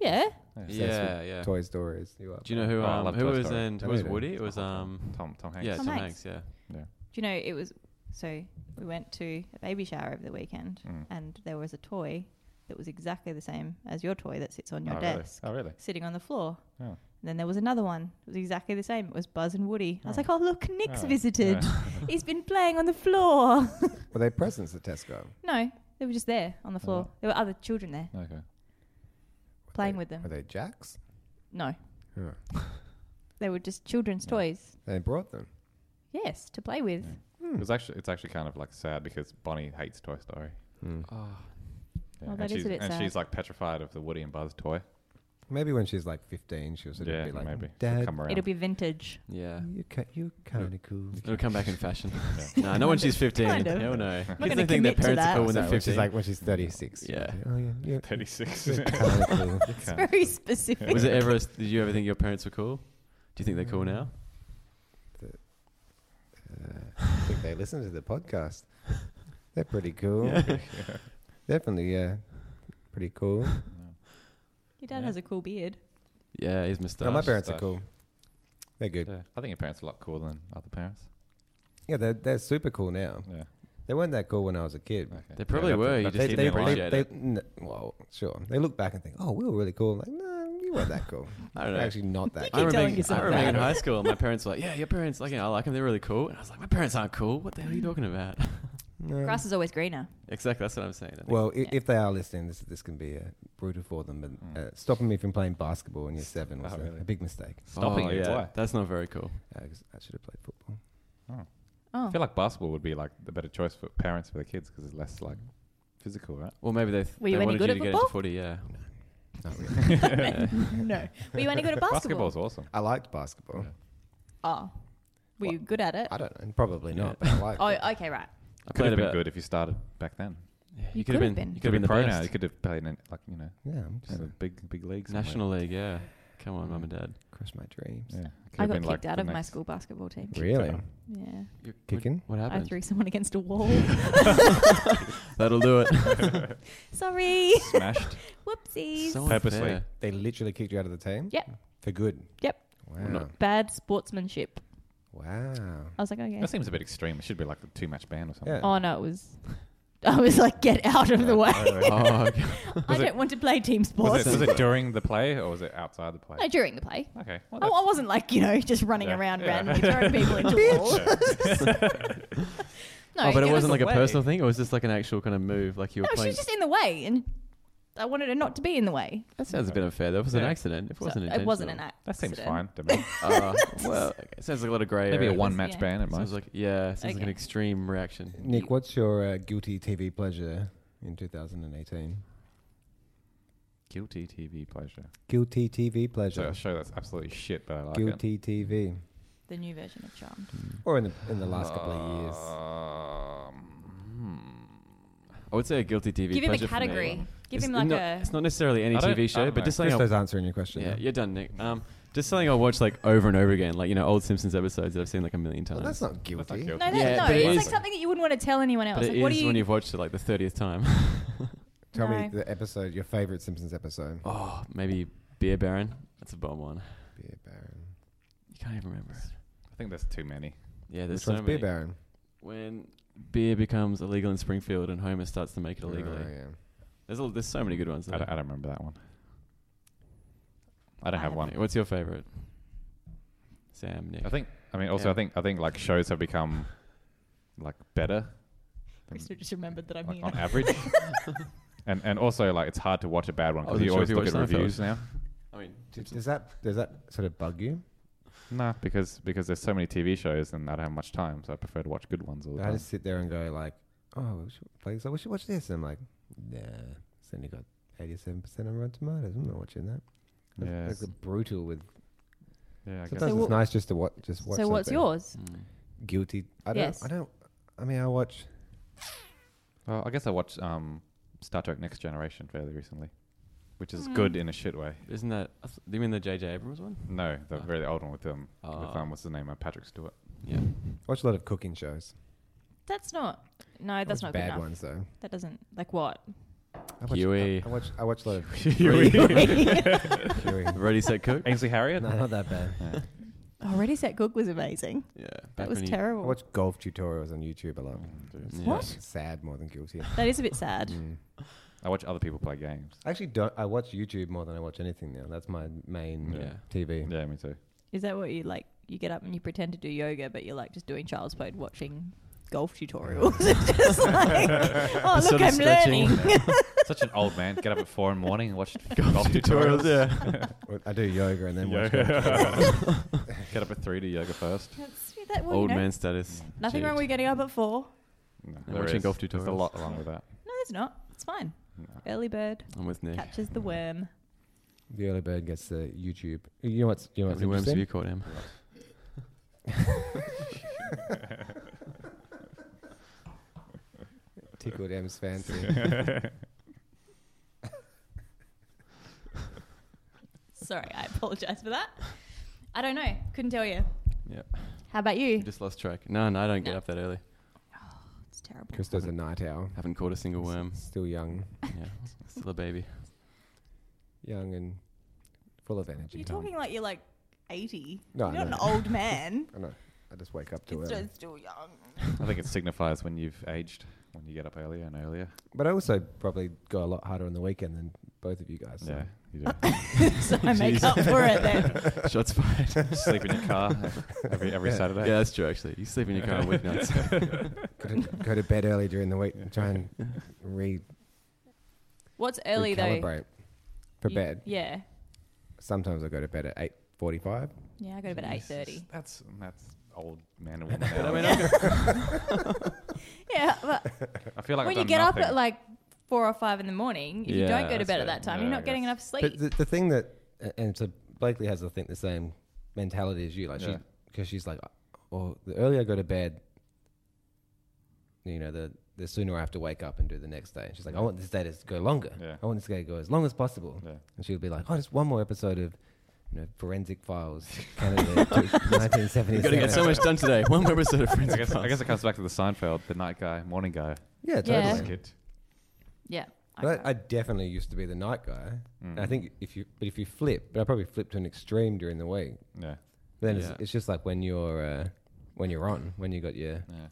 Yeah, obsessed Yeah, with yeah. Toy Stories. You are. Do you know who? Oh, I Um, love who Toy was Story. in? I Who was really Woody? don't. It was um. Tom Tom Hanks. Yeah, Tom Tom Hanks. Hanks. Yeah. do you know it was? So we went to a baby shower over the weekend, Mm. and there was a toy that was exactly the same as your toy that sits on your oh, desk, Really? Oh really? sitting on the floor. Oh. And then there was another one. It was exactly the same. It was Buzz and Woody. I was Oh. like, oh, look, Nick's Oh. visited. He's been playing on the floor. Were they presents at Tesco? no, they were just there on the floor. There were other children there Okay. playing they, with them. Were they Jacks? No, Yeah. they were just children's toys. They brought them. Hmm. Yes, to play with. It was actually it's actually kind of like sad because Bonnie hates Toy Story. Hmm. Yeah, Oh, and that is a she's, bit and sad. she's like petrified of the Woody and Buzz toy. Maybe when she's like 15, she'll sort of Yeah, be like, maybe. She'll Dad, come around. It'll be vintage. Yeah. you ca- you're kind of cool. It'll come back in fashion. no, not when she's 15. Kind of. Hell no. not Kids gonna don't think their commit to parents that. are cool when So they're when 15. she's like when she's 36. she'll Yeah. be, Oh yeah. You're, Thirty six. you're kind of cool. Very specific. was it ever? a- Did you ever think your parents were cool? Do you think they're cool now? I think they listen to the podcast. They're pretty cool. Definitely, yeah. Pretty cool. Your dad has a cool beard. Yeah, his moustache. No, my parents are Stash. cool. They're good. Yeah. I think your parents are a lot cooler than other parents. Yeah, they're, they're super cool now. Yeah. They weren't that cool when I was a kid. Okay. They probably that's a- were, you that's a just kid didn't now, appreciate they, it. n- well, sure. They look back and think, oh, we were really cool. I'm like, no, you weren't that cool. I don't You're know. Actually, not that I cool. remember, telling being, I yourself remember that. being in high school, and my parents were like, "Yeah, your parents like, you know, I like them. They're really cool." And I was like, "My parents aren't cool. What the hell are you talking about?" Grass is always greener. Exactly, that's what I'm saying. I think. Well, i- if they are listening, this this can be uh, brutal for them. But uh, stopping me from playing basketball when you're seven was Mm. Oh, a, really? a big mistake. Stopping Oh, you, why? That's not very cool. Uh, 'cause I should have played football. Oh, I feel like basketball would be like the better choice for parents for their kids because it's less like physical, right? Well, maybe they, th- Were you they any wanted good you at to get into football? footy, yeah. Not really. no. Were you any good at basketball? Basketball's awesome. I liked basketball. Oh, were you good at it? I don't know. Probably not, but I liked Oh, it. okay, right. I Could played have a been bit. good if you started back then. Yeah, You could've could have been. You could Could have been the pro now. best. You could have played in like you know Yeah, I'm in just the big big leagues. somewhere. National League, yeah. Come on, mum and dad. cross my dreams. I Yeah. Could have got been, kicked like, the out of my next- school basketball team. Really? Yeah, You're Kicking? What I happened? threw someone against a wall. That'll do it. Sorry. Smashed. Whoopsies. So Purposely. unfair. They literally kicked you out of the team? Yep. For good? Yep. Wow. Bad sportsmanship. Wow. I was like, okay. That seems a bit extreme. It should be like a two match ban or something. Yeah. Oh no, it was. I was like, get out of the way. Oh, okay. I Was it- don't want to play team sports. Was, it, was it during the play or was it outside the play? No, during the play. Okay. Oh, Well, that's- I wasn't like you know just running Yeah. around Yeah. randomly throwing people into walls. no, oh, but it, was- wasn't like a way. personal thing, or was this like an actual kind of move? Like you were No, she playing. was just in the way, and I wanted her not to be in the way. That sounds a bit unfair. That was an Yeah. accident. It So wasn't intentional. it wasn't an accident. that seems fine to me. Uh, well, okay, it sounds like a lot of grey Maybe area. a one match Yeah. ban at Sounds most. like yeah, sounds like an Okay. extreme reaction. Nick, what's your uh, guilty TV pleasure in 2018? guilty TV pleasure. Guilty TV So pleasure. a show that's absolutely shit, but I like it. guilty TV. The new version of Charmed. Or in the, in the last couple Uh, of years. Um, I would say a guilty TV. Give him a pleasure for me. category. Give It's him like not- a. It's not necessarily any I don't- I TV show, don't but know. just something. I'll- Christo's answering your question. Yeah, now. you're done, Nick. Um, just something I watch like over and over again, like you know old Simpsons episodes that I've seen like a million times. Well, that's not that's guilty. not No, guilty. that, Yeah, no, but it it's is- like something that you wouldn't want to tell anyone else. but it like, is what do you? when you've watched it like the thirtieth time. Tell me No. the episode, your favorite Simpsons episode. oh, maybe Beer Baron. That's a bomb one. Beer Baron. You can't even remember it. I think there's too many. Yeah, there's Which so one's Beer many. Baron? When beer becomes illegal in Springfield and Homer starts to make it illegally. Oh, yeah. There's a, there's so many good ones. I, There. don't, I don't remember that one. I don't I have have one. What's your favorite? Sam, Nick. I think. I mean, also, Yeah. I think. I think like shows have become like better Krista just remembered that I'm like, here. on average, and and also like it's hard to watch a bad one I wasn't because you sure always if you look at watched Seinfeld. reviews now. I mean, Does- Does that does that sort of bug you? Nah, because because there's so many TV shows and I don't have much time, so I prefer to watch good ones all the I time. just sit there and go like, oh, we should play this. We should watch this. And I'm like, nah. It's only got 87 percent on Rotten Tomatoes. I'm not watching that. That's, Yeah, that's it's- brutal. With yeah, I guess. sometimes So it's what- nice just to watch. Just watch. So what's something. yours? Mm. Guilty. I don't. Yes. I don't. I mean, I watch. Well, I guess I watched um, Star Trek Next Generation fairly recently, which is Hmm. good in a shit way. isn't that? I th- Do you mean the J.J. Abrams one? No, the Ah. Oh. very old one with um, with Oh. um, what's his name? Uh, Patrick Stewart. Yeah. Watch a lot of cooking shows. That's not. No, I that's not watch good bad enough. ones though. That doesn't like what. I watch, Huey. I, I watch. I watch a lot of Huey. Ready, set, cook. Ainsley Harriott. No, not that bad. Already set cook was amazing. Yeah. That was I terrible. watch golf tutorials on YouTube a lot. What? Sad more than guilty. That is a bit sad. Mm. I watch other people play games. I actually don't. I watch YouTube more than I watch anything now. That's my main Yeah. TV. Yeah, me too. Is that what you like? You get up and you pretend to do yoga, but you're like just doing child's play, watching golf tutorials. It's just like, oh Sort look, of I'm stretching. learning. Such an old man. Get up at four in the morning and watch Golf tutorials. Yeah. Or I do yoga and then watch. Get up at three to yoga first. That's, that, well, you Old know, man status. nothing wrong Jeez. with getting up at four. No, And watching golf There's a tutorials. lot along with that. No, there's not. It's fine. No. Early bird I'm with Nick. catches the worm. The early bird gets the YouTube. You know what's you know How what's many worms have you interesting? caught him? Tickled M's fancy. Sorry, I apologize for that. I don't know. Couldn't tell you. Yep. How about You you? just lost track. No, no, I don't get No. up that early. It's terrible. Christo's a night owl. Haven't caught a single worm. Still young, yeah. Still a baby. young and full of energy. You're talking like you're like 80. No, you're I not an know. old man. I know. I just wake up to It's it. just still young. I think it signifies when you've aged, when you get up earlier and earlier. But I also probably go a lot harder on the weekend than both of you guys. so. Yeah, you do. so I make up for it then. Shots fired. Sleep in your car every every Saturday. Yeah, that's true. Actually, you sleep in your car on weeknights. Go, to, go to bed early during the week and try and re- What's early though? recalibrate for You- bed. Yeah. Sometimes I go to bed at eight forty-five. Yeah, I go to bed at eight thirty. That's that's old man and woman. But I hours. mean, I'm- Yeah, but I feel like I've when you done get nothing. up at like four or five in the morning, if you Yeah, don't go to bed that's at that fair. time, Yeah, you're I not getting guess. enough sleep. But the, the thing that, and so Blakely has, I think, the same mentality as you. Like she, Yeah. because she's like, well, the earlier I go to bed, you know, the the sooner I have to wake up and do the next day. And she's like, I want this day to go longer. Yeah. I want this day to go as long as possible. Yeah. And she'll be like, oh, just one more episode of, you know, Forensic Files, Canada, 1977. We've got to get so much done today. One more episode of Friends. I guess I guess it comes back to the Seinfeld, the night guy, morning guy. yeah, Yeah. totally. skit. yeah. I But can't. I, I definitely used to be the night guy. Mm. And I think if you, but if you flip, but I probably flipped to an extreme during the week. Yeah. But then it's, Yeah. it's just like when you're uh, when you're on, when you got your Yeah.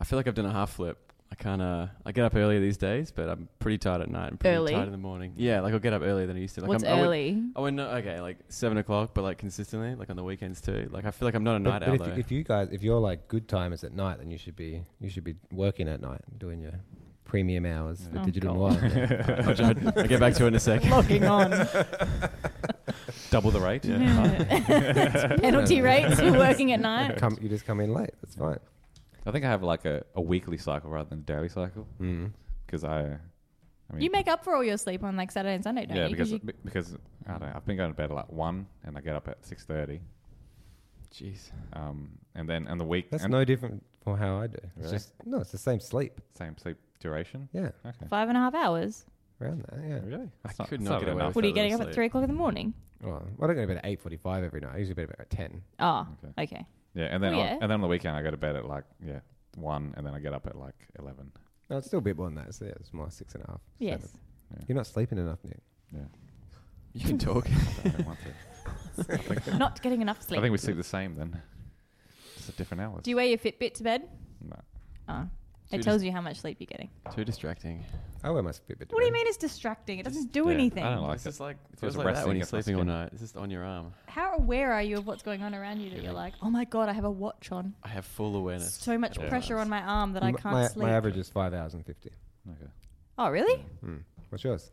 I feel like I've done a half flip. I kind of I get up earlier these days, but I'm pretty tired at night. and pretty Early? tired in the morning. Yeah, like I'll get up earlier than I used to. Like What's I'm, I would- early? I would not okay, like seven o'clock, but like consistently, like on the weekends too. Like I feel like I'm not a night but, owl but if, though. if you guys, if you're like good timers at night, then you should be you should be working at night, doing your premium hours for Oh, digital God. noir. I'll, jump- I'll get back to it in a sec. Logging on. Double the rate. Penalty rates for working at night. come, you just come in late. That's fine. I think I have like a, a weekly cycle rather than a daily cycle Mm. because I, I mean, You make up for all your sleep on like Saturday and Sunday, don't yeah you? because you, be- because I don't know. I've been going to bed at like one and I get up at six thirty. Jeez. Um, and then and the week That's and no different from how I do. It's Really? just no, it's the same sleep. same sleep duration. Yeah, Okay. five and a half hours. around that. Yeah. Really? That's could that's not get really away enough. with What are Saturday you getting up at sleep. three o'clock in the morning? Oh, I don't go to bed at eight forty-five every night. I usually go to bed at ten. Oh, Okay. okay. Yeah, and then Well, on, Oh, yeah. and then on the weekend I go to bed at like yeah one, and then I get up at like eleven. No, it's still a bit more than that. So yeah, it's more six and a half. Yes. seven. You're not sleeping enough, Nick. You can talk. I don't want to. I think, Not getting enough I sleep. think we sleep the same then, just at different hours. Do you wear your Fitbit to bed? No. Oh. we It tells you how much sleep you're getting. Too distracting. I wear my What Fitbit. do you today. mean it's distracting? It doesn't Just- do yeah, anything. I don't like it's it. just like it It's feels always like that resting when you're against my sleeping all skin. night. It's just on your arm. How aware are you of what's going on around you that you're like, oh my god, I have a watch on. I have full awareness. So much Yeah. pressure on my arm that I My- can't my, sleep. My average is five hours and fifty. Okay. Oh really? Mm. What's yours?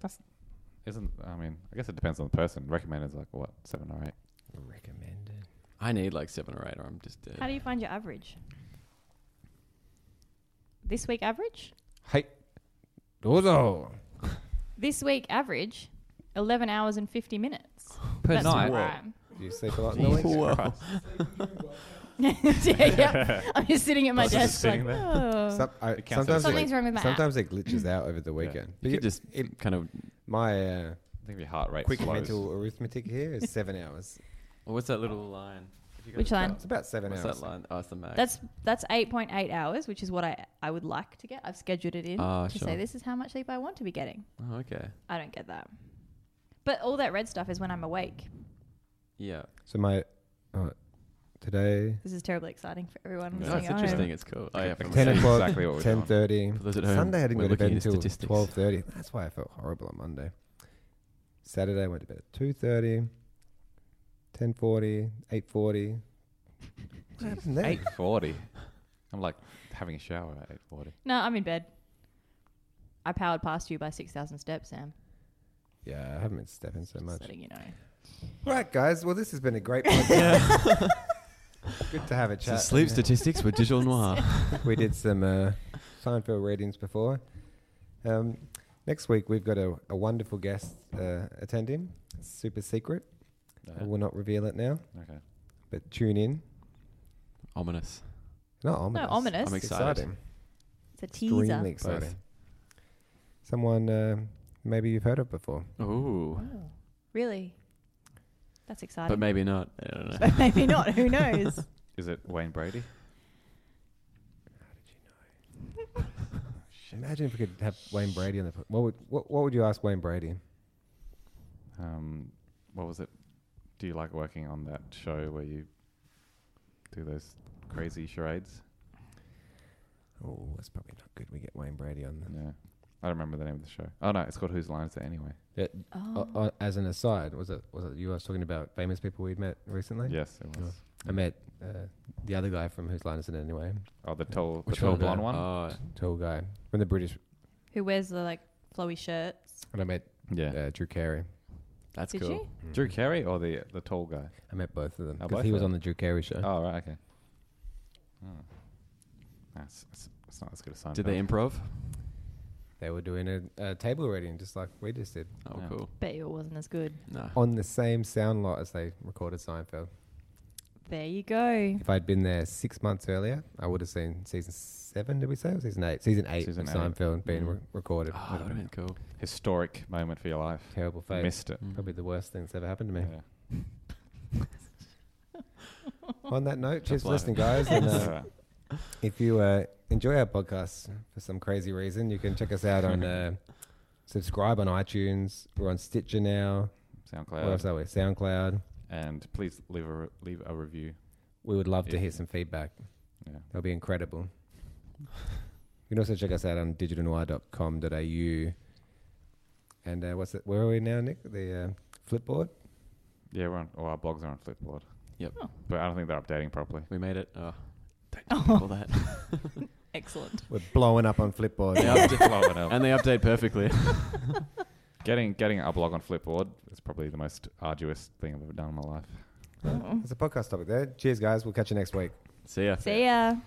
Isn't I mean I guess it depends on the person. Recommended is like what seven or eight. Recommended. I need like seven or eight, or I'm just dead. How do you find your average? This week average? Hey, Dozo. This week average, eleven hours and fifty minutes. Per That's night? where I am. Do you sleep a lot in the week? Whoa. yeah, yeah. I'm just sitting at my Just desk like, sitting there. oh. Some, I, It counts sometimes as Something's it, wrong with my app. sometimes it glitches out over the weekend. But You could just it- kind of. my uh, I think your heart rate quick slows. mental arithmetic here is seven hours. Well, what's that little line? If you go Which to- line? It's about seven What's hours. that line? Oh, it's the max. That's that's eight point eight hours, which is what I I would like to get. I've scheduled it in Ah, to sure. say this is how much sleep I want to be getting. Oh, okay. I don't get that. But all that red stuff is when I'm awake. Yeah. So my uh, today This is terribly exciting for everyone. No, listening it's at home. interesting. It's cool. Oh, yeah, Like from ten That's o'clock, exactly what we're doing. ten thirty. For those at home, Sunday I didn't we're go to looking bed at until statistics. twelve thirty. That's why I felt horrible on Monday. Saturday I went to bed at two thirty. 10.40, 8.40. What happened there? Eight forty. I'm like having a shower at eight forty. No, I'm in bed. I powered past you by six thousand steps, Sam. Yeah, I haven't been stepping so Just much. letting you know. Right, guys. Well, this has been a great podcast. Good to have a So chat. uh, sleep statistics with digital noir. we did some uh, Seinfeld readings before. Um, next week, we've got a, a wonderful guest uh, attending. It's super secret. Uh-huh. I will not reveal it now, Okay. but tune in. Ominous. Not ominous. No, ominous. I'm It's excited. exciting. It's a teaser. Extremely exciting. Someone uh, maybe you've heard of before. Ooh. Oh, really? That's exciting. But maybe not. I don't know. But maybe not. Who knows? Is it Wayne Brady? Imagine if we could have Wayne Brady on the. po- What would what, what would you ask Wayne Brady? Um, what was it? Do you like working on that show where you do those crazy charades? Oh, that's probably not good. We get Wayne Brady on. Yeah. uh, I don't remember the name of the show. Oh no, it's called Whose Line Is It Anyway? Oh. Uh, uh, as an aside, was it was it you I was talking about famous people we'd met recently? Yes, it was. I met uh, the other guy from Whose Line Is It Anyway? Oh, the tall, the Which tall one? blonde one. Oh, Tall guy from the British, Who wears the like flowy shirts? and I met yeah. uh, Drew Carey. that's Did cool. you? Drew Carey or the the tall guy? I met both of them Oh, because both he of was them. on the Drew Carey show. Oh right, okay. Oh. That's, that's, that's not as good a sign. Did they improv? They were doing a, a table reading just like we just did Oh, Yeah. cool. Bet you it wasn't as good. Nah. on the same sound lot as they recorded Seinfeld. There you go. If I'd been there six months earlier, I would have seen season seven. Did we say or season eight? Season eight Season of eight. Mm. Ah, Seinfeld being re- recorded. Oh, that would have been cool. historic moment for your life? Terrible fate. Missed it. Mm. Probably the worst thing that's ever happened to me. Yeah. On that note, cheers for life. listening, guys. and uh, Yeah. if you uh, enjoy our podcast for some crazy reason, you can check us out on uh, subscribe on iTunes. We're on Stitcher now. What else SoundCloud. are we? SoundCloud. And please leave a re- leave a review. We would love to Yeah. hear some feedback. Yeah. That'll be incredible. You can also check us out on digitalnoir.com.au. And uh, what's it? Where are we now, Nick? The uh, Flipboard. Yeah, we're on. All our blogs are on Flipboard. Yep. Oh. But I don't think they're updating properly. We made it. Oh, thank you for that. Oh, Excellent. We're blowing up on Flipboard. Yeah. They update- Blow it up. and they update perfectly. Getting getting a blog on Flipboard is probably the most arduous thing I've ever done in my life. That's a podcast topic there. Cheers, guys. We'll catch you next week. See ya. See ya.